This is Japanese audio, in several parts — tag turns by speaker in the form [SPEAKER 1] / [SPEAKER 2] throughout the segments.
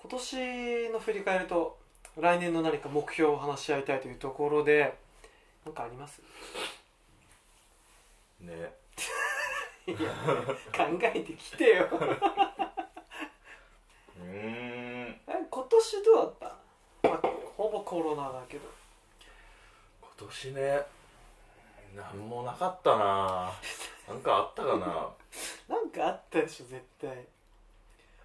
[SPEAKER 1] 今年の振り返ると来年の何か目標を話し合いたいというところで何かあります
[SPEAKER 2] ね
[SPEAKER 1] いや考えてきてよ
[SPEAKER 2] うーん
[SPEAKER 1] え 今年どうだった、まあ、ほぼコロナだけど
[SPEAKER 2] 今年ねなんもなかった ななんかあったかな
[SPEAKER 1] なんかあったでしょ絶対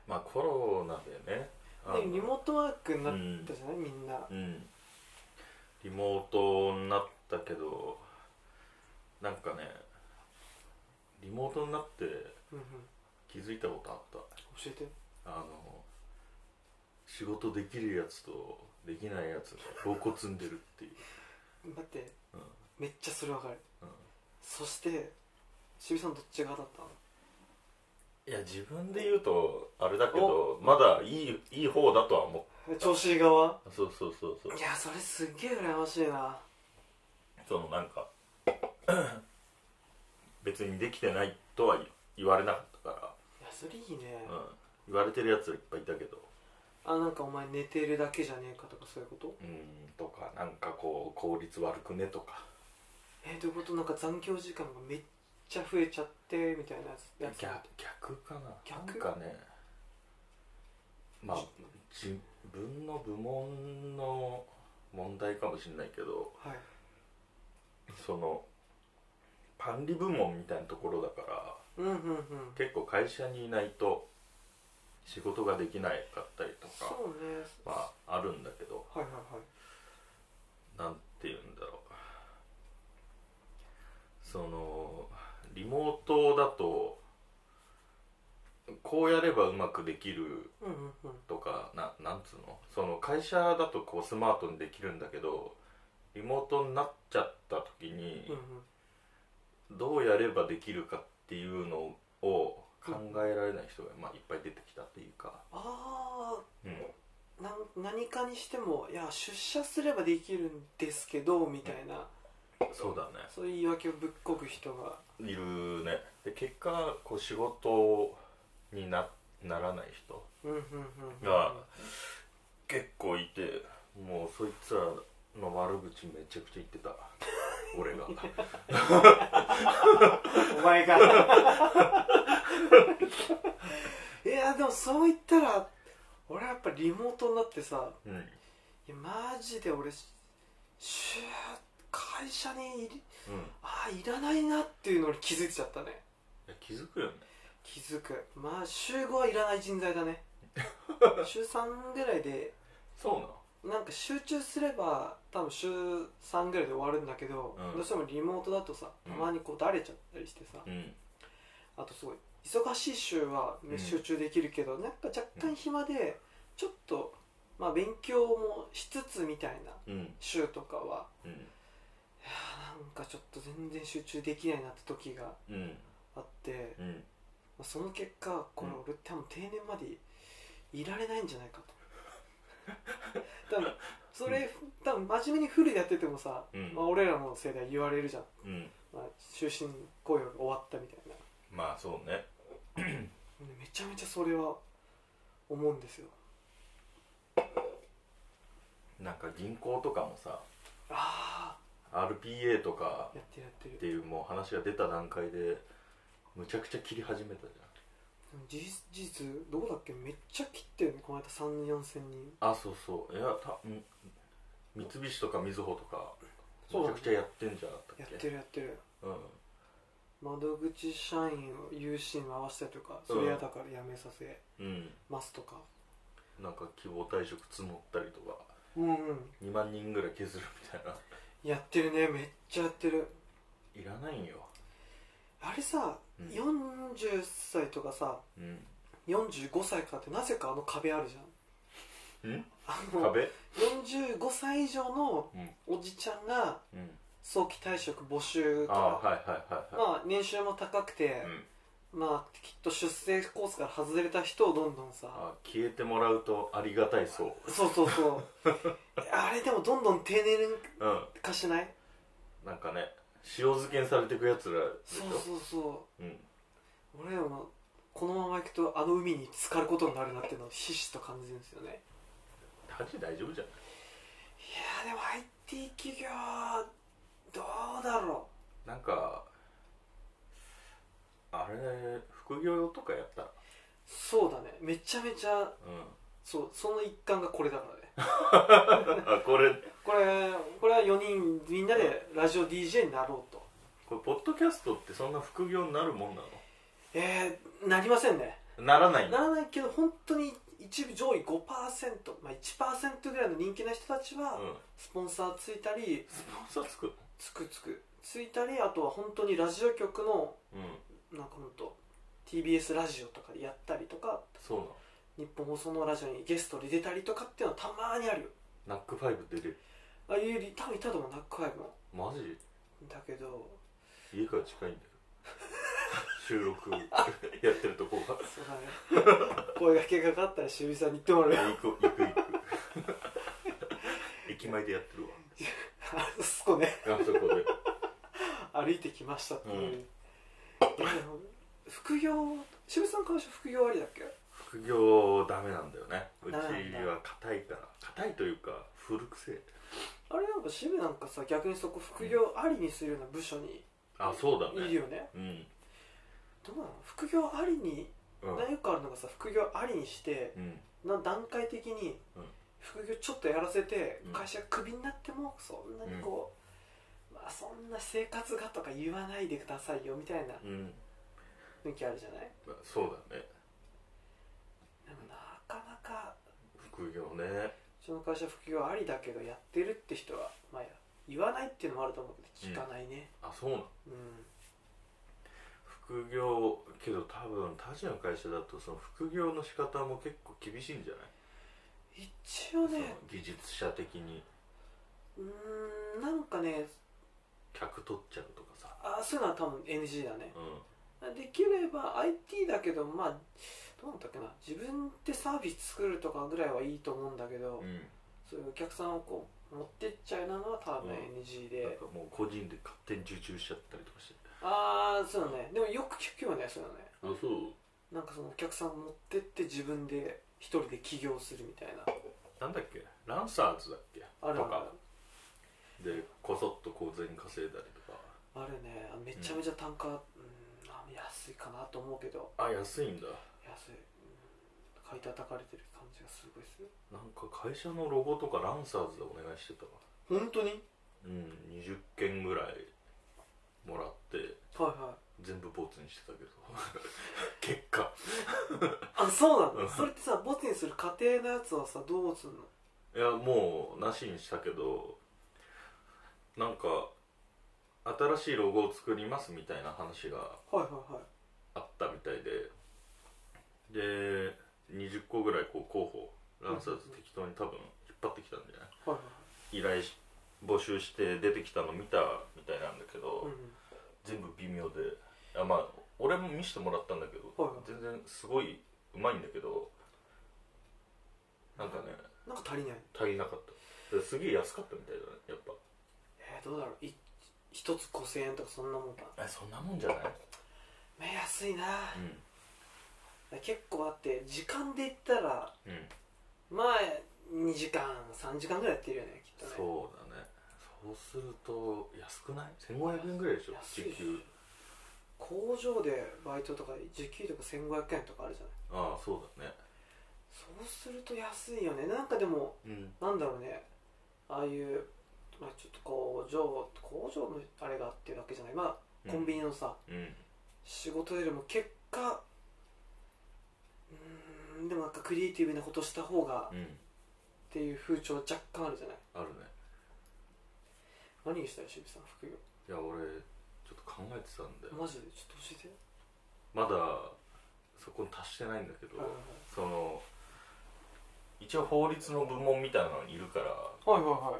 [SPEAKER 2] まあコロナでねあの
[SPEAKER 1] ねリモートワークになったじゃない、みんな
[SPEAKER 2] うんリモートになったけどなんかねリモートになって
[SPEAKER 1] うんうん
[SPEAKER 2] 気づいたことあっ
[SPEAKER 1] 教えて
[SPEAKER 2] たあの仕事できるやつとできないやつが露骨に出るっていう、
[SPEAKER 1] 待って
[SPEAKER 2] うん
[SPEAKER 1] めっちゃそれわかる
[SPEAKER 2] うん
[SPEAKER 1] そして渋井さんどっち側だったの
[SPEAKER 2] いや自分で言うとあれだけどまだいいいい方だとは思っ
[SPEAKER 1] え調子いい側
[SPEAKER 2] たそうそうそうそう
[SPEAKER 1] いやそれすっげえ羨ましいな
[SPEAKER 2] そのなんか 別にできてないとは言われなかったか
[SPEAKER 1] いやそれいいね
[SPEAKER 2] ら、うん、言われてるやつらいっぱいいたけど
[SPEAKER 1] あなんかお前寝てるだけじゃねえかとかそういうこと
[SPEAKER 2] うーんとかなんかこう効率悪くねとか
[SPEAKER 1] えどういうことなんか残業時間がめっちゃ増えちゃってみたいなやつやつ
[SPEAKER 2] 逆逆かな
[SPEAKER 1] 逆
[SPEAKER 2] なんかねまあ自分の部門の問題かもしれないけど
[SPEAKER 1] はい
[SPEAKER 2] その管理部門みたいなところだか
[SPEAKER 1] うん
[SPEAKER 2] ら
[SPEAKER 1] うんうん
[SPEAKER 2] 結構会社にいないと仕事ができなかったりと
[SPEAKER 1] そ
[SPEAKER 2] か
[SPEAKER 1] うね
[SPEAKER 2] まああるんだけど
[SPEAKER 1] はいはいはい
[SPEAKER 2] なんて言うんだろうそのリモートだとこうやればうまくできる
[SPEAKER 1] うんうんうん
[SPEAKER 2] とかななんつうのその会社だとこうスマートにできるんだけどリモートになっちゃった時に
[SPEAKER 1] うんうん
[SPEAKER 2] どうやればできるかっていうのを考えられない人が、まあ、いっぱい出てきたっていうか、
[SPEAKER 1] あ
[SPEAKER 2] うん、
[SPEAKER 1] あなん何かにしてもいや出社すればできるんですけどみたいな、
[SPEAKER 2] そうだね
[SPEAKER 1] そういう言い訳をぶっこく人が
[SPEAKER 2] いるねで結果こう仕事になならない人
[SPEAKER 1] うんうんうんうん
[SPEAKER 2] が結構いてもうそいつらの悪口めちゃくちゃ言ってた俺 が
[SPEAKER 1] お前がいやでもそう言ったら俺はやっぱリモートになってさ
[SPEAKER 2] うん
[SPEAKER 1] いやマジで俺しゅ会社にいり
[SPEAKER 2] うん
[SPEAKER 1] あーいらないなっていうのに気づいちゃったね
[SPEAKER 2] いや気づくよね
[SPEAKER 1] 気づくまあ週5はいらない人材だね 週3ぐらいで
[SPEAKER 2] そうな
[SPEAKER 1] なんか集中すれば多分週3ぐらいで終わるんだけど、
[SPEAKER 2] うん
[SPEAKER 1] どうしてもリモートだとさ
[SPEAKER 2] うん
[SPEAKER 1] たまにこうだれちゃったりしてさ、
[SPEAKER 2] うん
[SPEAKER 1] あとすごい忙しい週はね
[SPEAKER 2] うん
[SPEAKER 1] 集中できるけど、なんか若干暇でちょっと、まあ、勉強もしつつみたいな
[SPEAKER 2] うん
[SPEAKER 1] 週とかは
[SPEAKER 2] うん
[SPEAKER 1] いやーなんかちょっと全然集中できないなって時が
[SPEAKER 2] うん
[SPEAKER 1] あって、
[SPEAKER 2] うん
[SPEAKER 1] まあ、その結果これ
[SPEAKER 2] うん
[SPEAKER 1] 俺多分定年までいられないんじゃないかと 多分それ、多分真面目にフルでやっててもさ、
[SPEAKER 2] うん
[SPEAKER 1] まあ、俺らの世代言われるじゃん、
[SPEAKER 2] うん
[SPEAKER 1] まあ、終身雇用が終わったみたいな
[SPEAKER 2] まあそうね
[SPEAKER 1] でめちゃめちゃそれは思うんですよ
[SPEAKER 2] なんか銀行とかもさ
[SPEAKER 1] あ
[SPEAKER 2] RPA とか
[SPEAKER 1] あやってるやってる
[SPEAKER 2] っていうもう話が出た段階でむちゃくちゃ切り始めたじ
[SPEAKER 1] でも事実事実どこだっけめっちゃ切ってるねこの間3 4千人
[SPEAKER 2] ゃんあそうそういやたん三菱とかみずほとか
[SPEAKER 1] そうだ
[SPEAKER 2] むち
[SPEAKER 1] ね
[SPEAKER 2] ゃくちゃやってんじゃなかった
[SPEAKER 1] や
[SPEAKER 2] っけ
[SPEAKER 1] ってるやってる
[SPEAKER 2] うん
[SPEAKER 1] 窓口社員を有志に回したりとかそれ嫌だから辞めさせ
[SPEAKER 2] うん
[SPEAKER 1] ますとか
[SPEAKER 2] なんか希望退職募ったりとか
[SPEAKER 1] うんうん
[SPEAKER 2] 2万人ぐらい削るみたいな
[SPEAKER 1] やってるねめっちゃやってる
[SPEAKER 2] いらないんよ
[SPEAKER 1] あれさ、
[SPEAKER 2] うん
[SPEAKER 1] 40歳とかさ
[SPEAKER 2] うん
[SPEAKER 1] 45歳かってなぜかあの壁あるじゃん
[SPEAKER 2] ん
[SPEAKER 1] あの
[SPEAKER 2] 壁
[SPEAKER 1] 45歳以上の
[SPEAKER 2] うん
[SPEAKER 1] おじちゃんが
[SPEAKER 2] うん
[SPEAKER 1] 早期退職募集と
[SPEAKER 2] ああ
[SPEAKER 1] か
[SPEAKER 2] はいはいはいは
[SPEAKER 1] まあ年収も高くて
[SPEAKER 2] い、、うん、
[SPEAKER 1] まあきっと出世コースから外れた人をどんどんさ
[SPEAKER 2] あ消えてもらうとありがたいそう
[SPEAKER 1] そうそうそう あれでもどんどん丁寧
[SPEAKER 2] うん
[SPEAKER 1] 化しない
[SPEAKER 2] なんかね塩漬けにされてくやつらでし
[SPEAKER 1] そ
[SPEAKER 2] ょ
[SPEAKER 1] うそうそう
[SPEAKER 2] うん
[SPEAKER 1] 俺らもこのまま行くとあの海に浸かることになるなっていうのをひしひしと感じるんですよね
[SPEAKER 2] タジ大丈夫じゃない
[SPEAKER 1] いやーでも IT 企業どうだろ
[SPEAKER 2] なんかあれ副業とかやったら
[SPEAKER 1] うそうだねめちゃめちゃそうその一環がこれだからね
[SPEAKER 2] うんあこれ
[SPEAKER 1] これこれは4人みんなでラジオ DJ になろうと
[SPEAKER 2] これポッドキャストってそんな副業になるもんなの
[SPEAKER 1] えー、なりませんね
[SPEAKER 2] ならないん
[SPEAKER 1] な
[SPEAKER 2] だ
[SPEAKER 1] らないけど本当に一部上位5%、まあ、1%ぐらいの人気な人たちは
[SPEAKER 2] うん
[SPEAKER 1] スポンサーついたり
[SPEAKER 2] スポンサーつく
[SPEAKER 1] つくつくついたりあとは本当にラジオ局の
[SPEAKER 2] のうん
[SPEAKER 1] なんかほんと TBS ラジオとかでやったりとか
[SPEAKER 2] そうなの
[SPEAKER 1] 日本放送のラジオにゲストで出たりとかっていうのはたまーにあるよ
[SPEAKER 2] ナックファイブ出れる
[SPEAKER 1] ああいう多分いたと思うナックファイブも
[SPEAKER 2] マジ
[SPEAKER 1] だけど
[SPEAKER 2] 家から近いんだよ 収録 やってるとこが
[SPEAKER 1] そうだ ね声がけがかかったらしゅうさんに言ってもらうよ
[SPEAKER 2] 行く行く行 く駅前でやってる
[SPEAKER 1] あそこね
[SPEAKER 2] わあそこで
[SPEAKER 1] 歩いてきましたっていう、
[SPEAKER 2] うん
[SPEAKER 1] いやでも副業渋谷さん会社副業ありだっけ
[SPEAKER 2] 副業ダメなんだよねうち
[SPEAKER 1] ダメなんだ
[SPEAKER 2] は硬いから硬いというか古くせえ
[SPEAKER 1] あれなんか渋谷なんかさ逆にそこ副業ありにするような部署に
[SPEAKER 2] あそうだ
[SPEAKER 1] いる
[SPEAKER 2] ね
[SPEAKER 1] よね
[SPEAKER 2] うん
[SPEAKER 1] どうなの副業ありに
[SPEAKER 2] うん
[SPEAKER 1] 何よくあるのがさ副業ありにして
[SPEAKER 2] うん
[SPEAKER 1] な段階的に
[SPEAKER 2] うん
[SPEAKER 1] 副業ちょっとやらせて
[SPEAKER 2] うん
[SPEAKER 1] 会社がクビになってもそんなにこう、まあそんな生活がとか言わないでくださいよみたいな
[SPEAKER 2] うん
[SPEAKER 1] 雰囲気あるじゃない
[SPEAKER 2] まあそうだね
[SPEAKER 1] でもなかなか
[SPEAKER 2] 副業ね
[SPEAKER 1] うちの会社副業ありだけどやってるって人は、まあ、言わないっていうのもあると思うけど聞かないね
[SPEAKER 2] あそうなの
[SPEAKER 1] うん、
[SPEAKER 2] 副業けど多分他社の会社だとその副業の仕方も結構厳しいんじゃない
[SPEAKER 1] 一応
[SPEAKER 2] その
[SPEAKER 1] ね
[SPEAKER 2] 技術者的に
[SPEAKER 1] うーんなんかね
[SPEAKER 2] 客取っちゃうとかさ
[SPEAKER 1] あそういうのは多分 NG だね
[SPEAKER 2] う
[SPEAKER 1] できれば IT だけどまあどうなんだっけな自分でサービス作るとかぐらいはいいと思うんだけど、
[SPEAKER 2] ん、うん、
[SPEAKER 1] そういうお客さんをこう持ってっちゃうのは多分
[SPEAKER 2] うん
[SPEAKER 1] NG
[SPEAKER 2] なん
[SPEAKER 1] で、
[SPEAKER 2] かもう個人で勝手に受注しちゃったりとかして
[SPEAKER 1] ああそうだねでもよく聞くよねそういうのね
[SPEAKER 2] あそう
[SPEAKER 1] なんかそのお客さん持ってって自分で一人で起業するみたいな
[SPEAKER 2] なんだっけランサーズだっけ
[SPEAKER 1] ある
[SPEAKER 2] と
[SPEAKER 1] ある
[SPEAKER 2] かでこそっと小銭稼いだりとか
[SPEAKER 1] あるねあめちゃめちゃ単価、うん、あ安いかなと思うけど
[SPEAKER 2] あ安いんだ
[SPEAKER 1] 安い、うん、買い叩かれてる感じがすごいする
[SPEAKER 2] なんか会社のロゴとかランサーズでお願いしてたわ
[SPEAKER 1] 本当に
[SPEAKER 2] うん20件ぐらいもらって
[SPEAKER 1] はいは
[SPEAKER 2] 全部ボツにしてたけど 結果
[SPEAKER 1] いあそうな
[SPEAKER 2] うん
[SPEAKER 1] のそれってさボツにする過程のやつはさどうすんの
[SPEAKER 2] いやもうなしにしたけどなんか新しいロゴを作りますみたいな話が
[SPEAKER 1] はいはいはい
[SPEAKER 2] あったみたいでで20個ぐらいこう候補ランサーズ適当に多分引っ張ってきたんじゃない
[SPEAKER 1] はいはい
[SPEAKER 2] 依頼し募集して出てきたの見たみたいなんだけど、
[SPEAKER 1] はい、うん、
[SPEAKER 2] 全部微妙であまあ俺も見せてもらったんだけど、
[SPEAKER 1] はいはい
[SPEAKER 2] 全然すごいうまいんだけどなんかね
[SPEAKER 1] なんか足りない
[SPEAKER 2] 足りなかったですげえ安かったみたいだねやっ
[SPEAKER 1] えー、どうだろうい一つ5000円とかそんなもんかな
[SPEAKER 2] ぱえそんなもんじゃない、
[SPEAKER 1] まあ安いな、
[SPEAKER 2] う
[SPEAKER 1] 結構あって時間で言ったら
[SPEAKER 2] ん、うん、
[SPEAKER 1] まあ2時間3時間ぐらいやってるよねきっとね
[SPEAKER 2] そうだねそうすると安くない1500円ぐらいでしょ
[SPEAKER 1] 安い
[SPEAKER 2] 時給
[SPEAKER 1] 工場でバイトとか時給とか1500円とかあるじゃない
[SPEAKER 2] ああそうだね
[SPEAKER 1] そうすると安いよねなんかでも
[SPEAKER 2] うん
[SPEAKER 1] なんだろうねああいう、まあ、ちょっと工場工場のあれがっていうわけじゃないまあコンビニのさ、
[SPEAKER 2] うん
[SPEAKER 1] 仕事よりも結果うーんでもなんかクリエイティブなことした方がっ
[SPEAKER 2] うん
[SPEAKER 1] ていう風潮若干あるじゃない
[SPEAKER 2] あるね
[SPEAKER 1] 何したよ渋さん副業
[SPEAKER 2] いや俺ちょっと考えてたんだよ
[SPEAKER 1] マジでちょっと教えて
[SPEAKER 2] まだそこに達してないんだけど、
[SPEAKER 1] はい
[SPEAKER 2] その一応法律の部門みたいなのにいるから
[SPEAKER 1] はいはい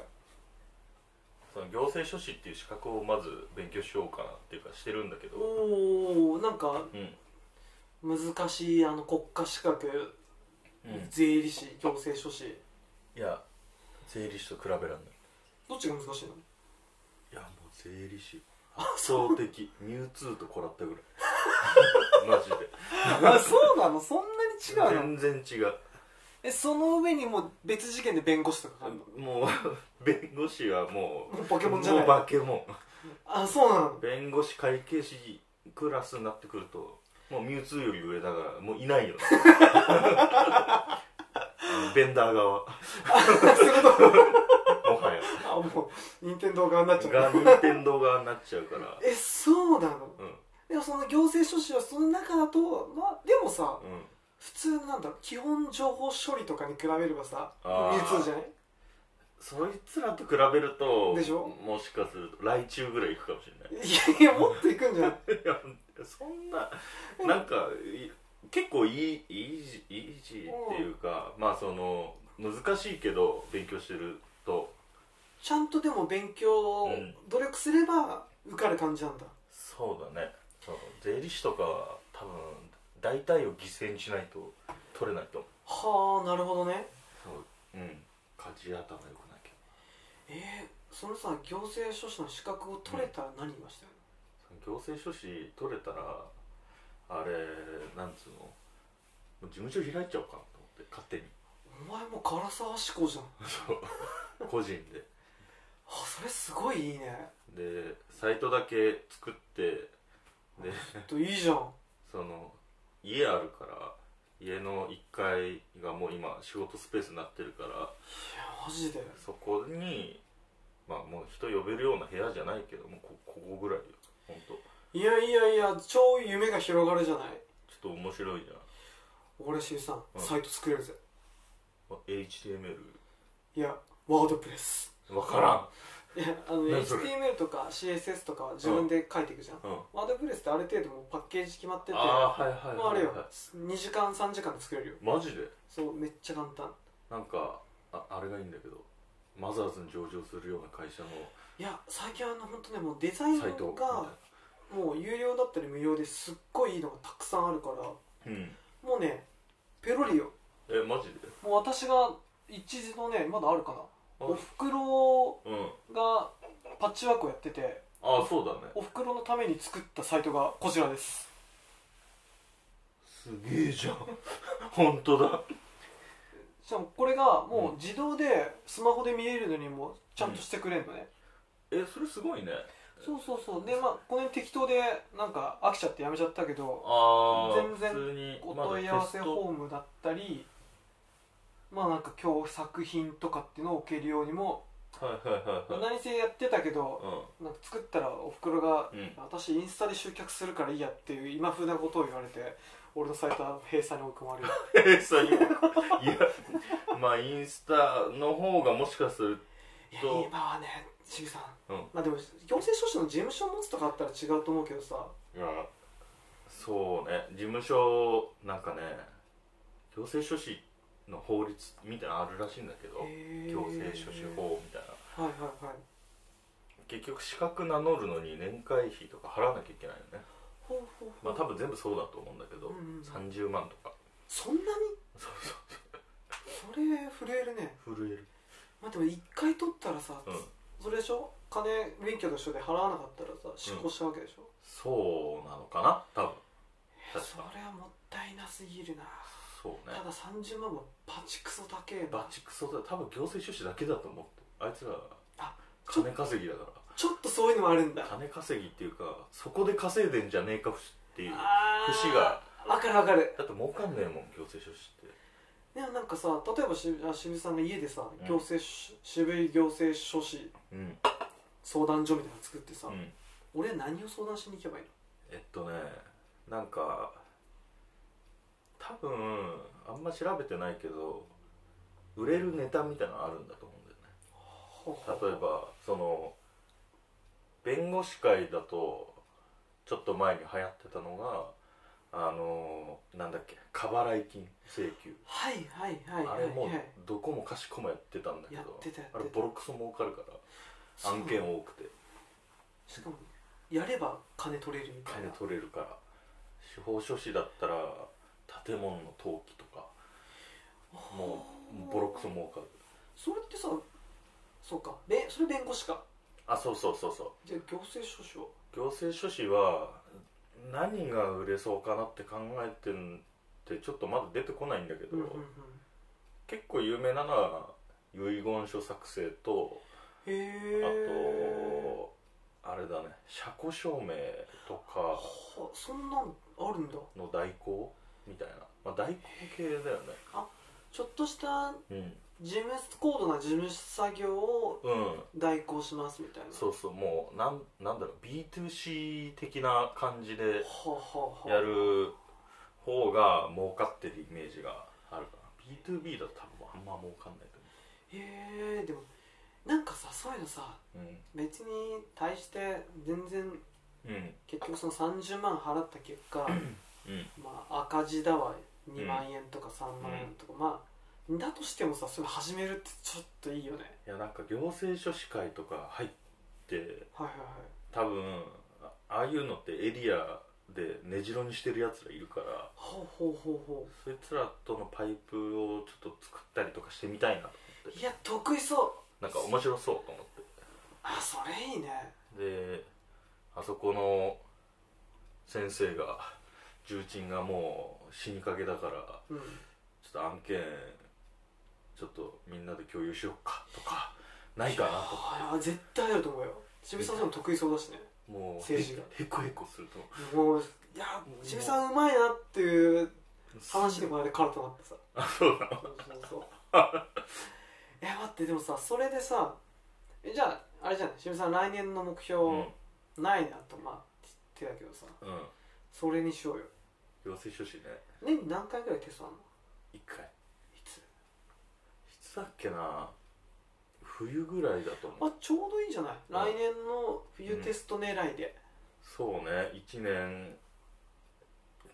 [SPEAKER 2] その行政書士っていう資格をまず勉強しようかなっていうかしてるんだけど、
[SPEAKER 1] おおなんか
[SPEAKER 2] うん
[SPEAKER 1] 難しいあの国家資格
[SPEAKER 2] うん、
[SPEAKER 1] 税理士行政書士
[SPEAKER 2] いや税理士と比べらんない
[SPEAKER 1] どっちが難しいの
[SPEAKER 2] いやもう税理士圧倒的ミュウツーとこらったぐらい マジで
[SPEAKER 1] あ そうなのそんなに違うの
[SPEAKER 2] 全然違う
[SPEAKER 1] えその上にもう別事件で弁護士とかがあるの
[SPEAKER 2] もう 弁護士はもう
[SPEAKER 1] もうポケモンじゃない
[SPEAKER 2] もう化け物
[SPEAKER 1] あそうなの
[SPEAKER 2] 弁護士会計士クラスになってくるともうミュウツーより上だからもう いないよねあのベンダー側も
[SPEAKER 1] あそういうこと
[SPEAKER 2] はや
[SPEAKER 1] あもう任天堂側になっちゃう
[SPEAKER 2] が任天堂側になっちゃうから
[SPEAKER 1] えそうなの
[SPEAKER 2] うん
[SPEAKER 1] でもその行政書士はその中だとまあでもさ
[SPEAKER 2] うん
[SPEAKER 1] 普通のなんだろう基本情報処理とかに比べればさ
[SPEAKER 2] あー
[SPEAKER 1] ミュウツーじゃない
[SPEAKER 2] そいつらと比べると
[SPEAKER 1] でしょ
[SPEAKER 2] もしかすると来中ぐらいいくかもしれない
[SPEAKER 1] いやいやもっといくんじ ゃない
[SPEAKER 2] いやそんななんかい結構いいイージイージーっていうかまあその難しいけど勉強してると
[SPEAKER 1] ちゃんとでも勉強を
[SPEAKER 2] うん
[SPEAKER 1] 努力すれば受かる感じなんだ、
[SPEAKER 2] そうだねそう税理士とかは多分大体を犠牲にしないと取れないと思
[SPEAKER 1] は
[SPEAKER 2] う
[SPEAKER 1] あなるほどね
[SPEAKER 2] そううん勝ち頭良くなきゃ
[SPEAKER 1] えー、そのさ行政書士の資格を取れたら何がしたい
[SPEAKER 2] 行政書士取れたらあれなんつうのもう事務所開いちゃおうかなと思って勝手に
[SPEAKER 1] の、お前も唐沢志向じゃん
[SPEAKER 2] そう個人で
[SPEAKER 1] あそれすごいいいね
[SPEAKER 2] でサイトだけ作ってで
[SPEAKER 1] といいじゃん
[SPEAKER 2] その家あるから家の1階がもう今仕事スペースになってるから
[SPEAKER 1] いやマジで
[SPEAKER 2] そこにまあもう人呼べるような部屋じゃないけどもうこここぐらいよほんと
[SPEAKER 1] いやいやいや超夢が広がるじゃない
[SPEAKER 2] ちょっと面白いじゃ
[SPEAKER 1] 俺しさん、
[SPEAKER 2] うん
[SPEAKER 1] サイト作れるぜ
[SPEAKER 2] んあ HTML
[SPEAKER 1] いやワードプレス
[SPEAKER 2] 分か
[SPEAKER 1] いやあの
[SPEAKER 2] 何それ
[SPEAKER 1] HTML とか CSS とかは自分で書いていくじゃん、
[SPEAKER 2] らんうん
[SPEAKER 1] ワードプレスってある程度もうパッケージ決まってて
[SPEAKER 2] ああはいはいはい、
[SPEAKER 1] もうあれよ
[SPEAKER 2] は
[SPEAKER 1] 2時間3時間で作れるよ
[SPEAKER 2] いマジで
[SPEAKER 1] そうめっちゃ簡単
[SPEAKER 2] なんかああれがいいんだけどマザーズに上場するような会社の
[SPEAKER 1] いや最近あの本当ねもうデザイン
[SPEAKER 2] サイトみ
[SPEAKER 1] がもう有料だったり無料ですっごいいいのがたくさんあるからも
[SPEAKER 2] たいなうん
[SPEAKER 1] うねペロリよ
[SPEAKER 2] えマジで
[SPEAKER 1] もう私が一時のねまだあるかな
[SPEAKER 2] あ
[SPEAKER 1] おふくろ
[SPEAKER 2] うん
[SPEAKER 1] がパッチワークをやってて
[SPEAKER 2] ああそうだね
[SPEAKER 1] おふくろのために作ったサイトがこちらです
[SPEAKER 2] すげえじゃん 本当だ
[SPEAKER 1] しかもこれがもう自動でスマホで見えるのにもちゃんとしてくれるのね、
[SPEAKER 2] えそれすごいね
[SPEAKER 1] そうそうそうでまあこの辺適当でなんか飽きちゃってやめちゃったけど
[SPEAKER 2] ああ
[SPEAKER 1] 全然
[SPEAKER 2] 普通に
[SPEAKER 1] お問い合わせフォームだったりまあなんか今日作品とかっていうのを置けるようにも
[SPEAKER 2] まだテストはいはいはいはい
[SPEAKER 1] 何せやってたけどなんか作ったらおふくろが
[SPEAKER 2] うん、うん、
[SPEAKER 1] 私インスタで集客するからいいやっていう今風なことを言われて俺のサイトは閉鎖に追い込 まれる
[SPEAKER 2] えそういういやまあインスタの方がもしかする
[SPEAKER 1] いや
[SPEAKER 2] そう
[SPEAKER 1] 今はねちぐさん
[SPEAKER 2] うん
[SPEAKER 1] まあでも行政書士の事務所持つとかあったら違うと思うけどさ
[SPEAKER 2] いやそうね事務所なんかね行政書士の法律みたいなのあるらしいんだけど行
[SPEAKER 1] 行
[SPEAKER 2] 政書士法みたいな
[SPEAKER 1] はいはいはい
[SPEAKER 2] 結局資格名乗るのに年会費とか払わなきゃいけないよね
[SPEAKER 1] ほうほうほ
[SPEAKER 2] ま
[SPEAKER 1] う、
[SPEAKER 2] あ多分全部そうだと思うんだけど、
[SPEAKER 1] うんうんうん
[SPEAKER 2] 30万とか
[SPEAKER 1] そんなに
[SPEAKER 2] そう
[SPEAKER 1] それ震えるね
[SPEAKER 2] そう震える
[SPEAKER 1] まあでも一回取ったらさ、
[SPEAKER 2] うん
[SPEAKER 1] それでしょ金免許と一緒で払わなかったらさ失効しちゃうわけでしょ、
[SPEAKER 2] そうなのかな多分
[SPEAKER 1] え
[SPEAKER 2] 確
[SPEAKER 1] そ
[SPEAKER 2] か
[SPEAKER 1] れはもったいなすぎるな、
[SPEAKER 2] そうね
[SPEAKER 1] ただ30万もパチクソ高えな
[SPEAKER 2] バチクソだ多分行政書士だけだと思ってあいつら
[SPEAKER 1] あちょ
[SPEAKER 2] 金稼ぎだから
[SPEAKER 1] ちょっとそういうのもあるんだ
[SPEAKER 2] 金稼ぎっていうかそこで稼いでんじゃねえかっていう
[SPEAKER 1] あー
[SPEAKER 2] 節が
[SPEAKER 1] わかるわかる
[SPEAKER 2] だって儲かんねえもん行政書士って
[SPEAKER 1] でもなんかさ例えばしあ渋井さんが家でさ
[SPEAKER 2] うん
[SPEAKER 1] 行政書、渋い行政書士
[SPEAKER 2] うん、
[SPEAKER 1] 相談所みたいなの作ってさ、
[SPEAKER 2] うん、
[SPEAKER 1] 俺は何を相談しに行けばいいの
[SPEAKER 2] えっとねなんか多分あんま調べてないけど売れるネタみたいなのあるんだと思うんだよね
[SPEAKER 1] ほうほう
[SPEAKER 2] 例えばその弁護士会だとちょっと前に流行ってたのがあのなんだっけ過払い金請求
[SPEAKER 1] はいはい
[SPEAKER 2] あ
[SPEAKER 1] はいはい
[SPEAKER 2] れも
[SPEAKER 1] はいう
[SPEAKER 2] どこもかしこもやってたんだけど
[SPEAKER 1] やってたやってた
[SPEAKER 2] あれボロクソ儲かるから案件多くて
[SPEAKER 1] しかもやれば金取れるみたい
[SPEAKER 2] 金
[SPEAKER 1] な
[SPEAKER 2] 取れるから司法書士だったら建物の登記とかもうボロクソ儲かる
[SPEAKER 1] それってさそうかべそれ弁護士か
[SPEAKER 2] あそうそうそうそう
[SPEAKER 1] じゃあ行政書士を
[SPEAKER 2] 行政書士は何が売れそうかなって考えてんってちょっとまだ出てこないんだけど、
[SPEAKER 1] うんうんうん
[SPEAKER 2] 結構有名なのは遺言書作成と
[SPEAKER 1] へ
[SPEAKER 2] あ
[SPEAKER 1] え
[SPEAKER 2] とあれだね車庫証明とか
[SPEAKER 1] はそんなんあるんだ
[SPEAKER 2] の代行みたいな、まあ、代行系だよね
[SPEAKER 1] ちょっとした
[SPEAKER 2] うん
[SPEAKER 1] 事務高度な事務作業を
[SPEAKER 2] うん
[SPEAKER 1] 代行しますみたいな
[SPEAKER 2] そうそうもうなんなんだろう B2C 的な感じで
[SPEAKER 1] はあはあはあ
[SPEAKER 2] やる方が儲かってるイメージがあるかな B2B だと多分あんま儲かんないと
[SPEAKER 1] へえでもなんかさそういうのさ
[SPEAKER 2] 思
[SPEAKER 1] 別に対して全然
[SPEAKER 2] ううんうん
[SPEAKER 1] 結局その30万払った結果
[SPEAKER 2] うん
[SPEAKER 1] まあ赤字だわ2万円とか3万円とか、まあだとしてもさそれ始めるってちょっといいよね
[SPEAKER 2] いやなんか行政書士会とか入って
[SPEAKER 1] はいはいは
[SPEAKER 2] 多分あああいうのってエリアで根城にしてるやつらいるか
[SPEAKER 1] い
[SPEAKER 2] ら
[SPEAKER 1] ほうほうほうほ
[SPEAKER 2] そいつらとのパイプをちょっと作ったりとかしてみたいなと思っ
[SPEAKER 1] うい
[SPEAKER 2] て
[SPEAKER 1] や得意そう
[SPEAKER 2] なんか面白そうと思って
[SPEAKER 1] あそれいいね
[SPEAKER 2] であそこの先生が重鎮がもう死にかけだから
[SPEAKER 1] うん
[SPEAKER 2] ちょっと案件ちょっとみんなで共有しようかとかないかなとか
[SPEAKER 1] あいや絶対あると思うよ渋沢さんも得意そうだしね
[SPEAKER 2] もうへ
[SPEAKER 1] 政治が
[SPEAKER 2] へこへこすると
[SPEAKER 1] もういや渋沢さんうまいなっていう話で
[SPEAKER 2] も
[SPEAKER 1] この間カラとなってさ
[SPEAKER 2] あそうなの
[SPEAKER 1] そうそうそう え待ってでもさそれでさえじゃああれじゃない渋沢さん来年の目標
[SPEAKER 2] うん
[SPEAKER 1] ないなとまあ言ってたけどさ
[SPEAKER 2] うん
[SPEAKER 1] それにしようよ
[SPEAKER 2] 養成書士ね
[SPEAKER 1] 年に何回ぐらいテストあんの
[SPEAKER 2] 一回い
[SPEAKER 1] いつ
[SPEAKER 2] つだっけな冬ぐらいだと思う
[SPEAKER 1] あちょうどいいんじゃない、
[SPEAKER 2] う
[SPEAKER 1] 来
[SPEAKER 2] ん
[SPEAKER 1] 年の冬テスト狙いで、
[SPEAKER 2] そうね1年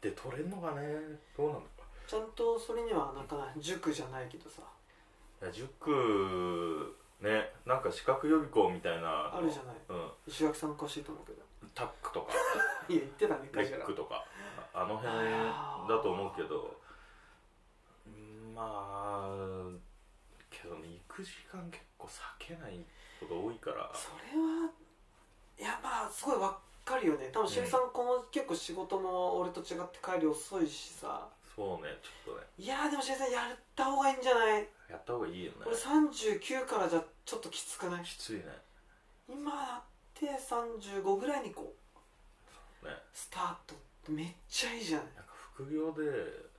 [SPEAKER 2] で取れんのかねどうなんだろう
[SPEAKER 1] ちゃんとそれにはなんかな塾じゃないけどさ
[SPEAKER 2] いや塾ねなんか資格予備校みたいな
[SPEAKER 1] あるじゃない
[SPEAKER 2] うん
[SPEAKER 1] 石垣さんおかしいと思うけど
[SPEAKER 2] タックとか
[SPEAKER 1] いや言ってたね
[SPEAKER 2] レ
[SPEAKER 1] 昔から
[SPEAKER 2] ックとかああの辺だと思うけどうんまあけどね行く時間結構避けないことが多いから
[SPEAKER 1] それはいやまあすごいわかるよね多分渋さんこの結構仕事も俺と違って帰り遅いしさ
[SPEAKER 2] そうねちょっとね
[SPEAKER 1] いやーでも渋さんやった方がいいんじゃない、
[SPEAKER 2] やった方がいいよね
[SPEAKER 1] 俺39からじゃちょっときつくない
[SPEAKER 2] きついね
[SPEAKER 1] 今だって35ぐらいにこう
[SPEAKER 2] ね
[SPEAKER 1] スタートってめっちゃいいじゃない
[SPEAKER 2] なんか副業で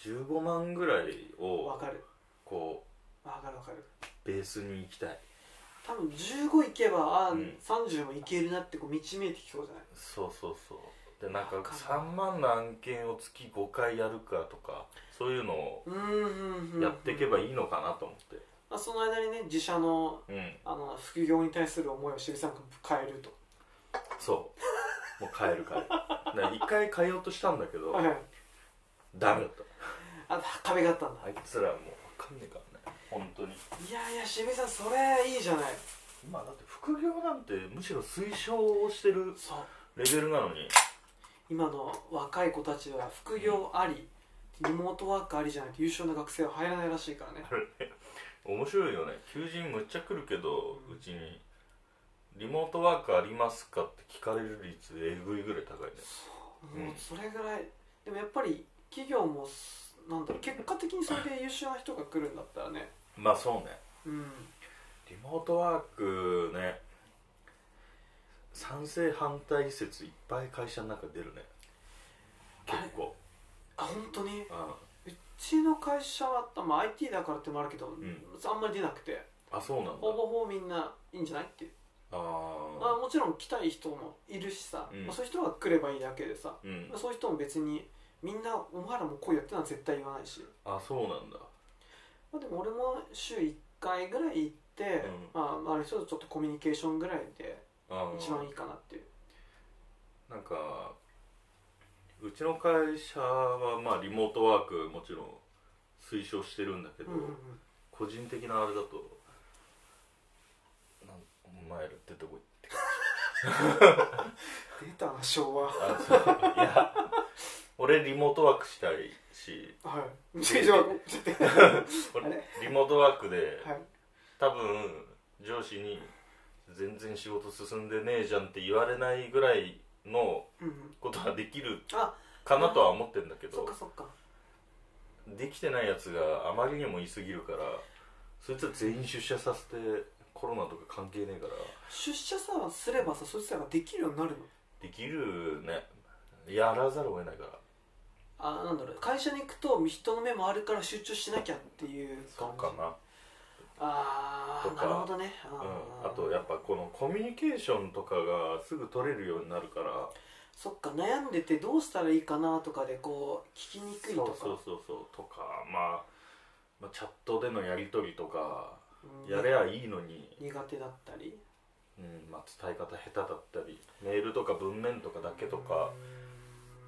[SPEAKER 2] 15万ぐらい
[SPEAKER 1] わ
[SPEAKER 2] を
[SPEAKER 1] かる
[SPEAKER 2] こ
[SPEAKER 1] わかるわかる
[SPEAKER 2] うベースに行きたい
[SPEAKER 1] 多分15いけばあ、
[SPEAKER 2] うん
[SPEAKER 1] 30もいけるなってこう道見えてきそうじゃない
[SPEAKER 2] そうそうそうでなんか
[SPEAKER 1] わかる
[SPEAKER 2] 3万の案件を月5回やるかとかそういうのを
[SPEAKER 1] うんうんうんうん
[SPEAKER 2] やっていけばいいのかなと思って
[SPEAKER 1] まあ、その間にね自社の
[SPEAKER 2] うん、
[SPEAKER 1] あの副業に対する思いを渋さんが変えると
[SPEAKER 2] そうもう変える変えるだから一回変えようとしたんだけど
[SPEAKER 1] はいはい
[SPEAKER 2] ダメだった
[SPEAKER 1] あ壁があったんだ
[SPEAKER 2] あいつらもう分かんねえからね本当に
[SPEAKER 1] いやいや渋さんそれいいじゃない
[SPEAKER 2] 今だって副業なんてむしろ推奨をしてる
[SPEAKER 1] そう
[SPEAKER 2] レベルなのに
[SPEAKER 1] 今の若い子たちは副業あり、リモートワークありじゃないと優秀な学生は入らないらしいからね
[SPEAKER 2] 面白いよね求人むっちゃ来るけどうちにリモートワークありますかって聞かれる率えぐいぐらい高いねうん
[SPEAKER 1] もうそれぐらいでもやっぱり企業もすなんだろう結果的にそれで優秀な人が来るんだったらね
[SPEAKER 2] まあそうね
[SPEAKER 1] うん
[SPEAKER 2] リモートワークね賛成反対説いっぱい会社の中出るね結構
[SPEAKER 1] あ本当に
[SPEAKER 2] あ
[SPEAKER 1] うちの会社は、まあ、IT だからってのもあるけど、
[SPEAKER 2] ん
[SPEAKER 1] あんまり出なくて
[SPEAKER 2] あそうなんだ
[SPEAKER 1] ほぼほぼみんないいんじゃないっていう、まあ、
[SPEAKER 2] あ
[SPEAKER 1] もちろん来たい人もいるしさ、
[SPEAKER 2] うん
[SPEAKER 1] まあ、そういう人が来ればいいだけでさ、
[SPEAKER 2] ーうん
[SPEAKER 1] まあそういう人も別にみんなお前らも来いよってのは絶対言わないし、
[SPEAKER 2] あそうなんだ
[SPEAKER 1] まあ、でも俺も週1回ぐらい行って、
[SPEAKER 2] う
[SPEAKER 1] まあ、まあある人とちょっとコミュニケーションぐらいで
[SPEAKER 2] あー
[SPEAKER 1] 一番いいかなっていう
[SPEAKER 2] なんかうちの会社はまあリモートワークもちろん推奨してるんだけど、
[SPEAKER 1] うんうんうん
[SPEAKER 2] 個人的なあれだとなんお前ら出てこいって
[SPEAKER 1] 出たな昭和
[SPEAKER 2] あそういや俺リモートワークしたいし
[SPEAKER 1] はい以上ちょっと
[SPEAKER 2] 俺
[SPEAKER 1] あれ
[SPEAKER 2] リモートワークで
[SPEAKER 1] はい
[SPEAKER 2] 多分上司に全然仕事進んでねえじゃんって言われないぐらいの
[SPEAKER 1] うんうん
[SPEAKER 2] ことはできる
[SPEAKER 1] あ
[SPEAKER 2] かなとは思ってんだけ
[SPEAKER 1] そっ
[SPEAKER 2] ど
[SPEAKER 1] かそっか
[SPEAKER 2] できてないやつがあまりにも言い過ぎるからそいつは全員出社させてコロナとか関係ねえから
[SPEAKER 1] 出社さすればさそいつらができるようになるの
[SPEAKER 2] できるねやらざるを得ないから
[SPEAKER 1] あなんだろう会社に行くと人の目もあるから集中しなきゃっていう
[SPEAKER 2] そ
[SPEAKER 1] 感
[SPEAKER 2] う
[SPEAKER 1] じ
[SPEAKER 2] かな
[SPEAKER 1] あ
[SPEAKER 2] と
[SPEAKER 1] あ
[SPEAKER 2] か
[SPEAKER 1] なるほどね
[SPEAKER 2] う
[SPEAKER 1] あ,、
[SPEAKER 2] んあとやっぱこのコミュニケーションとかがすぐ取れるようになるから
[SPEAKER 1] そっか悩んでてどうしたらいいかなとかでこう聞きにくいとか
[SPEAKER 2] そうそうそうそうとか、まあ、まあチャットでのやり取りとか
[SPEAKER 1] うん
[SPEAKER 2] やればいいのに、
[SPEAKER 1] 苦手だったり
[SPEAKER 2] うんまあ、伝え方下手だったりメールとか文面とかだけとか
[SPEAKER 1] う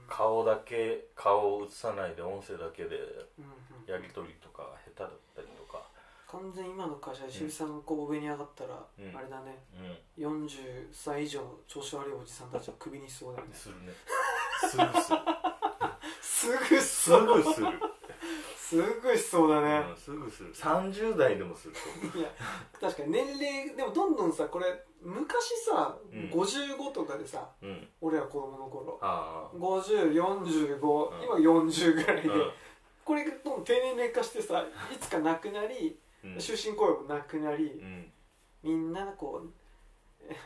[SPEAKER 2] 顔だけ顔を映さないで音声だけで
[SPEAKER 1] んうんうん
[SPEAKER 2] やり取りとか下手だったりとか、
[SPEAKER 1] 完全に今の会社で渋さんがこう上に上がったら、
[SPEAKER 2] うん
[SPEAKER 1] あれだね
[SPEAKER 2] うん、
[SPEAKER 1] 40歳以上の調子悪いおじさんたちをクビにしそうだよね
[SPEAKER 2] するねすぐする
[SPEAKER 1] すぐ
[SPEAKER 2] す
[SPEAKER 1] す
[SPEAKER 2] ぐする、
[SPEAKER 1] すぐしそうだね、
[SPEAKER 2] うん、すぐする30代でもする
[SPEAKER 1] いや確かに年齢でもどんどんさこれ昔さ、
[SPEAKER 2] うん
[SPEAKER 1] 55とかでさ
[SPEAKER 2] と思う、うん、
[SPEAKER 1] 俺ら子供の頃
[SPEAKER 2] ああ
[SPEAKER 1] 5045、
[SPEAKER 2] う
[SPEAKER 1] 今40ぐらいで、
[SPEAKER 2] う
[SPEAKER 1] これがどんどん低年齢化してさいつかなくなり
[SPEAKER 2] ん
[SPEAKER 1] 終身雇用もなくなり、
[SPEAKER 2] うん
[SPEAKER 1] みんなこう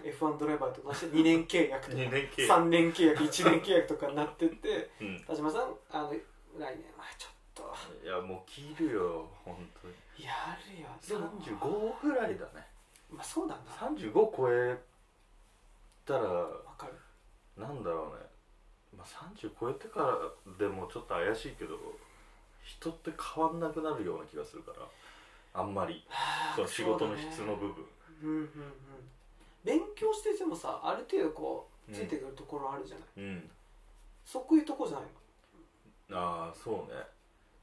[SPEAKER 1] え F1 ドライバーと同じで2年契約とか
[SPEAKER 2] 2年契約
[SPEAKER 1] 3年契約1年契約とかになってって
[SPEAKER 2] うん
[SPEAKER 1] 田島さんあの来年はちょっと
[SPEAKER 2] いやもう切るよ本当に
[SPEAKER 1] やるよ
[SPEAKER 2] 35ぐらいだね
[SPEAKER 1] まあそうだな
[SPEAKER 2] 35超えたら
[SPEAKER 1] わかる
[SPEAKER 2] なんだろうね、まあ、30超えてからでもちょっと怪しいけど人って変わんなくなるような気がするからあんまりその仕事の質の部分
[SPEAKER 1] うんうんうん勉強しててもさある程度こうついてくるところあるじゃない、
[SPEAKER 2] うん、
[SPEAKER 1] そこいうとこじゃないの
[SPEAKER 2] ああそうね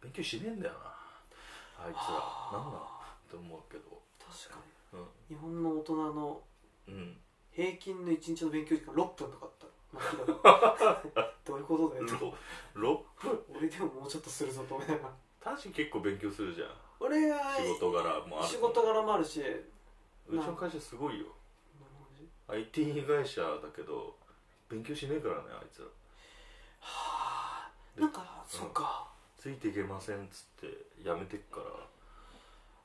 [SPEAKER 2] 勉強しねえんだよなあいつ
[SPEAKER 1] あー
[SPEAKER 2] らなんだって思うけど
[SPEAKER 1] 確か
[SPEAKER 2] うん
[SPEAKER 1] に日本の大人の
[SPEAKER 2] うん
[SPEAKER 1] 平均の1日の勉強時間6分とかあったら、まあ、どういう ことだよ
[SPEAKER 2] ろろ
[SPEAKER 1] 俺でももうちょっとするぞと思いながら
[SPEAKER 2] 確かに結構勉強するじゃん
[SPEAKER 1] 俺が
[SPEAKER 2] 仕事柄もある
[SPEAKER 1] 仕事柄もあるし
[SPEAKER 2] うちの会社すごいよ IT 会社だけど勉強しねえからねあいつら
[SPEAKER 1] はあなんかそうか、
[SPEAKER 2] ついていけませんっつってやめてっから
[SPEAKER 1] は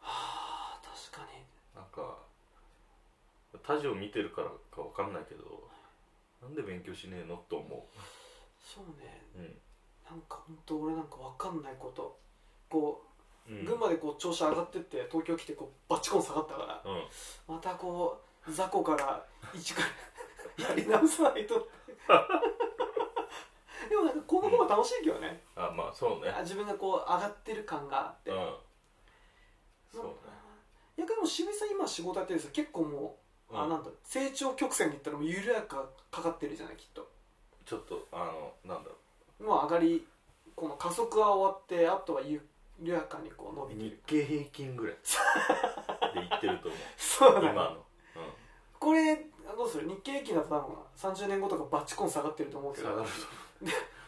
[SPEAKER 1] あ確かに
[SPEAKER 2] なんか他を見てるからかわかんないけどなんで勉強しねえのと思
[SPEAKER 1] そうね
[SPEAKER 2] ううん
[SPEAKER 1] なんか本当俺なんかわかんないことこ
[SPEAKER 2] う
[SPEAKER 1] う、
[SPEAKER 2] ん
[SPEAKER 1] 群馬でこう調子上がってって東京来てこうバチコン下がったから
[SPEAKER 2] うん
[SPEAKER 1] またこう雑魚から一からやり直さないと でもなんかこの方が楽しいけどね、
[SPEAKER 2] あまあそうね
[SPEAKER 1] あ自分がこう上がってる感があって、
[SPEAKER 2] うん
[SPEAKER 1] まあ
[SPEAKER 2] そうね
[SPEAKER 1] 逆にもう渋井さん今仕事やってるんですよ結構もう、あ
[SPEAKER 2] うん
[SPEAKER 1] なんだ成長曲線にいったらもう緩やかかかってるじゃないきっと
[SPEAKER 2] ちょっとあのなんだろ
[SPEAKER 1] もう上がりこの加速は終わってあとは緩やかにこう伸
[SPEAKER 2] う
[SPEAKER 1] びて
[SPEAKER 2] 日
[SPEAKER 1] る
[SPEAKER 2] 経平 均ぐらいで言ってると思う
[SPEAKER 1] そうだね
[SPEAKER 2] 今の
[SPEAKER 1] これどうする日経平均だと多分30年後とかバチコン下がってると思
[SPEAKER 2] う
[SPEAKER 1] うんけ
[SPEAKER 2] 下が
[SPEAKER 1] ど
[SPEAKER 2] る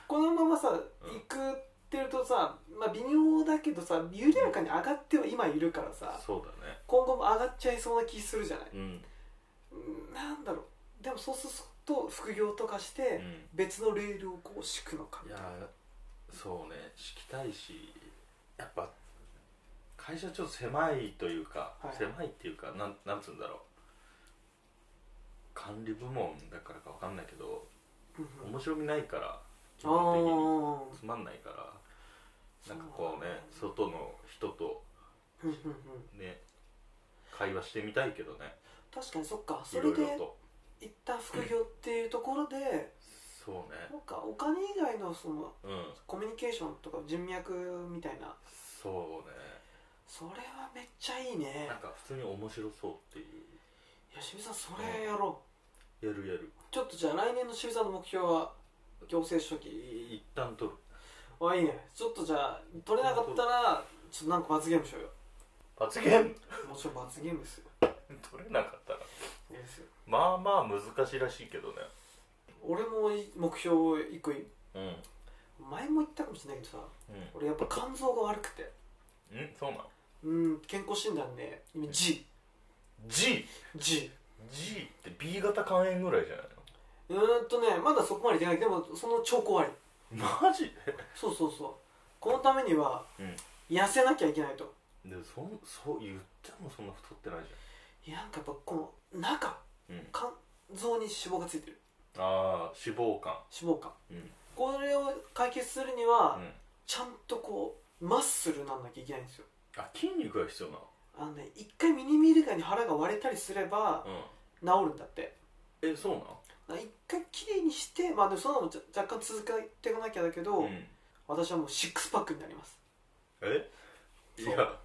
[SPEAKER 1] このままさ、
[SPEAKER 2] ん
[SPEAKER 1] 行くってるとさまあ微妙だけどさ緩やかに上がっては今いるから
[SPEAKER 2] と
[SPEAKER 1] さ
[SPEAKER 2] そうだね
[SPEAKER 1] 今後も上がっちゃいそうな気するじゃない、
[SPEAKER 2] うん
[SPEAKER 1] うんなんだろうでもそうすると副業とかして
[SPEAKER 2] うん
[SPEAKER 1] 別のレールをこう敷くのか
[SPEAKER 2] いやーそうね敷きたいしやっぱ会社ちょっと狭いというか、
[SPEAKER 1] はい
[SPEAKER 2] 狭いっていうかなんなんつうんだろう管理部門だからかわかんないけど
[SPEAKER 1] うんうん
[SPEAKER 2] 面白みないから基
[SPEAKER 1] あ
[SPEAKER 2] 本
[SPEAKER 1] ー
[SPEAKER 2] 的につまんないからなんか
[SPEAKER 1] そう
[SPEAKER 2] こうね外の人と
[SPEAKER 1] うんうんうん
[SPEAKER 2] ね会話してみたいけどね
[SPEAKER 1] 確かにそっか
[SPEAKER 2] い
[SPEAKER 1] そ
[SPEAKER 2] ろ
[SPEAKER 1] れ
[SPEAKER 2] いろ
[SPEAKER 1] で
[SPEAKER 2] と
[SPEAKER 1] 一旦副業っていうところで
[SPEAKER 2] そう
[SPEAKER 1] な
[SPEAKER 2] ね
[SPEAKER 1] んかお金以外のその
[SPEAKER 2] うん
[SPEAKER 1] コミュニケーションとか人脈みたいな
[SPEAKER 2] そうね
[SPEAKER 1] それはめっちゃいいね
[SPEAKER 2] なんか普通に面白そうってい
[SPEAKER 1] 吉見さんそれやろ
[SPEAKER 2] うやるや
[SPEAKER 1] う
[SPEAKER 2] る
[SPEAKER 1] ちょっとじゃあ来年の渋さんの目標は行政書記
[SPEAKER 2] 一旦取る
[SPEAKER 1] あいいねちょっとじゃあ取れなかったらちょっとなんか罰ゲームしようよ
[SPEAKER 2] 罰ゲーム
[SPEAKER 1] もちろん罰ゲームですよ
[SPEAKER 2] 取れなかったら
[SPEAKER 1] いいですよ
[SPEAKER 2] まあまあ難しいらしいけどね
[SPEAKER 1] 俺も目標一個いい
[SPEAKER 2] うん
[SPEAKER 1] 前も言ったかもしれないけどさ俺やっぱ肝臓が悪くて
[SPEAKER 2] うんんそうなの
[SPEAKER 1] うん健康診断ね今 GG
[SPEAKER 2] GG って B 型肝炎ぐらいじゃない
[SPEAKER 1] うーんとねまだそこまでいけないでもその兆候ある
[SPEAKER 2] マジで
[SPEAKER 1] そうそうそうこのためには、
[SPEAKER 2] うん
[SPEAKER 1] 痩せなきゃいけないと
[SPEAKER 2] でもそんそう言ってもそんな太ってないじ
[SPEAKER 1] いやなんかやっぱこの中
[SPEAKER 2] ゃん、うん、
[SPEAKER 1] 肝臓に脂肪がついてる
[SPEAKER 2] ああ脂肪肝
[SPEAKER 1] 脂肪肝
[SPEAKER 2] うん
[SPEAKER 1] これを解決するには、
[SPEAKER 2] うん
[SPEAKER 1] ちゃんとこうマッスルなんなきゃいけないんですよ
[SPEAKER 2] あ筋肉が必要なの
[SPEAKER 1] あのね一回ミニミリガに腹が割れたりすれば治
[SPEAKER 2] う
[SPEAKER 1] るんだって
[SPEAKER 2] んえそうなの
[SPEAKER 1] だから一回きれいにしてまあでもそんなのも若若干続けていかなきゃだけど、
[SPEAKER 2] ん
[SPEAKER 1] 私はもうシックスパックになります
[SPEAKER 2] えい
[SPEAKER 1] そう
[SPEAKER 2] や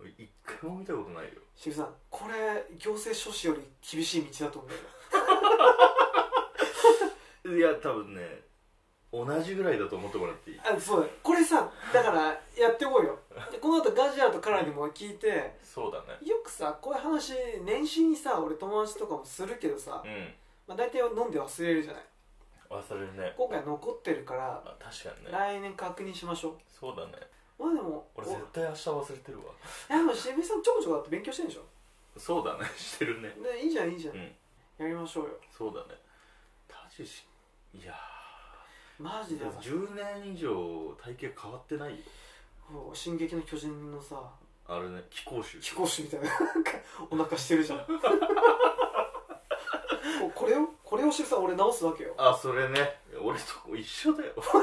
[SPEAKER 2] 俺一回も見たことないよ
[SPEAKER 1] シグさんこれ行政書士より厳しい道だと思うよ
[SPEAKER 2] いや多分ね同じぐらいだと思ってもらっていい
[SPEAKER 1] あそうだこれさだからやってこうよでこの後ガジラとカラーにも聞いて
[SPEAKER 2] そうだね
[SPEAKER 1] よくさこういう話年始にさ俺友達とかもするけどさ、
[SPEAKER 2] う
[SPEAKER 1] まあ、大体飲んで忘れるじゃない
[SPEAKER 2] ん忘れるね
[SPEAKER 1] 今回残ってるから
[SPEAKER 2] あ確かにね
[SPEAKER 1] 来年確認しましょ
[SPEAKER 2] そうだね
[SPEAKER 1] うまあでも
[SPEAKER 2] 俺
[SPEAKER 1] お
[SPEAKER 2] 絶対明日忘れてるわ
[SPEAKER 1] いやでも渋井さんちょこちょこだって勉強してるでしょ
[SPEAKER 2] そうだね してるね
[SPEAKER 1] でいいじゃんいいじゃん、
[SPEAKER 2] うん
[SPEAKER 1] やりましょうよ
[SPEAKER 2] そうだねタジしいや
[SPEAKER 1] マジ
[SPEAKER 2] ー
[SPEAKER 1] で
[SPEAKER 2] でも10年以上体型変わってないよ
[SPEAKER 1] もう進撃の巨人」のさ
[SPEAKER 2] あれね貴公衆
[SPEAKER 1] 貴公子みたいななんかお腹してるじゃん こうこれをこれを渋井さん俺直すわけよ
[SPEAKER 2] あそれね俺と一緒だよ そ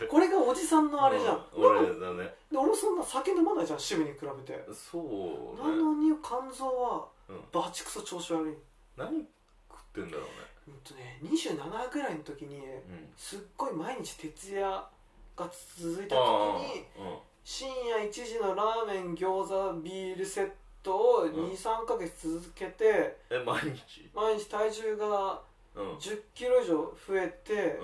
[SPEAKER 2] れ
[SPEAKER 1] これがおじさんのあれじゃん、
[SPEAKER 2] う俺だね
[SPEAKER 1] で俺もそんな酒飲まないじゃん趣味に比べて
[SPEAKER 2] そう
[SPEAKER 1] な
[SPEAKER 2] ね
[SPEAKER 1] のに肝臓は
[SPEAKER 2] うん
[SPEAKER 1] バチクソ調子悪い
[SPEAKER 2] 何食ってんだろ
[SPEAKER 1] うんとね27ぐらいの時に
[SPEAKER 2] うね
[SPEAKER 1] すっごい毎日徹夜が続いた
[SPEAKER 2] ああ
[SPEAKER 1] 時に
[SPEAKER 2] うん
[SPEAKER 1] 深夜1時のラーメン餃子ビールセットを
[SPEAKER 2] うん
[SPEAKER 1] 23ヶ月続けて
[SPEAKER 2] え毎日
[SPEAKER 1] 毎日体重が
[SPEAKER 2] うんうん
[SPEAKER 1] 1 0キロ以上増えて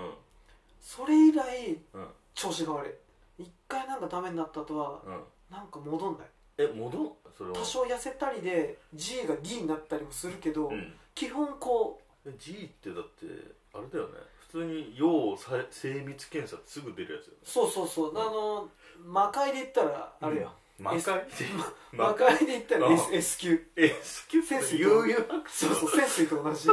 [SPEAKER 1] それ以来
[SPEAKER 2] うん
[SPEAKER 1] 調子が悪い一回なんかダメになった後は
[SPEAKER 2] うん
[SPEAKER 1] なんか戻んない
[SPEAKER 2] え戻んそれは
[SPEAKER 1] 多少痩せたりで G が D になったりもするけど、
[SPEAKER 2] うん
[SPEAKER 1] 基本こう
[SPEAKER 2] え G ってだってあれだよね普通に要さ精密検査すぐ出るやつよね
[SPEAKER 1] そうそうそう、
[SPEAKER 2] うん
[SPEAKER 1] あの魔界で言ったらあれよ、
[SPEAKER 2] 魔 界
[SPEAKER 1] 魔
[SPEAKER 2] 魔界
[SPEAKER 1] 界で言ったら S,
[SPEAKER 2] あ
[SPEAKER 1] S 級
[SPEAKER 2] S 級
[SPEAKER 1] 潜水
[SPEAKER 2] 悠
[SPEAKER 1] と
[SPEAKER 2] 々
[SPEAKER 1] そうそう潜水と同じ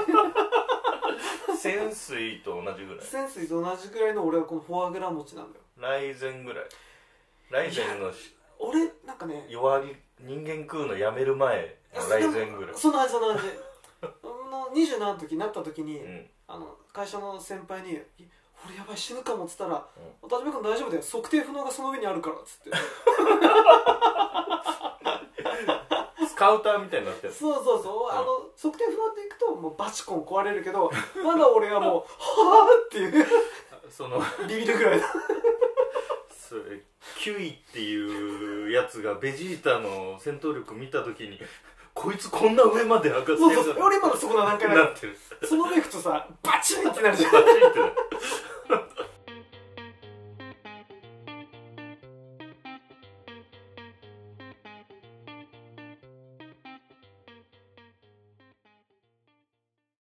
[SPEAKER 2] 潜水と同じぐ
[SPEAKER 1] 潜水と同じくらいの俺はこのフォアグラ持ちなんだよ
[SPEAKER 2] らい雷前ぐらい雷前のし
[SPEAKER 1] 俺なんかね
[SPEAKER 2] 弱り人間食うのやめる前の雷前 ぐらい
[SPEAKER 1] そんな感じそんな感じあの27の時になった時に、
[SPEAKER 2] うん
[SPEAKER 1] あの会社の先輩にい「俺やばい死ぬかも」っつったら
[SPEAKER 2] うん
[SPEAKER 1] 「渡辺君大丈夫だよ測定不能がその上にあるから」っつって
[SPEAKER 2] スカウターみたいになってる
[SPEAKER 1] そうそうそう、
[SPEAKER 2] う
[SPEAKER 1] あ
[SPEAKER 2] ん
[SPEAKER 1] の測定不能っていくともうバチコン壊れるけ どまだ俺はもう「はあ」っていう
[SPEAKER 2] その
[SPEAKER 1] ビビるぐらいだ
[SPEAKER 2] それキュイっていうやつがベジータの戦闘力見た時にこいつこんな上まで上がって
[SPEAKER 1] そう
[SPEAKER 2] る
[SPEAKER 1] そう俺今のそこの段階だか
[SPEAKER 2] な
[SPEAKER 1] ら
[SPEAKER 2] ってる
[SPEAKER 1] その上行くとさバチンってなるじゃん
[SPEAKER 2] バチンって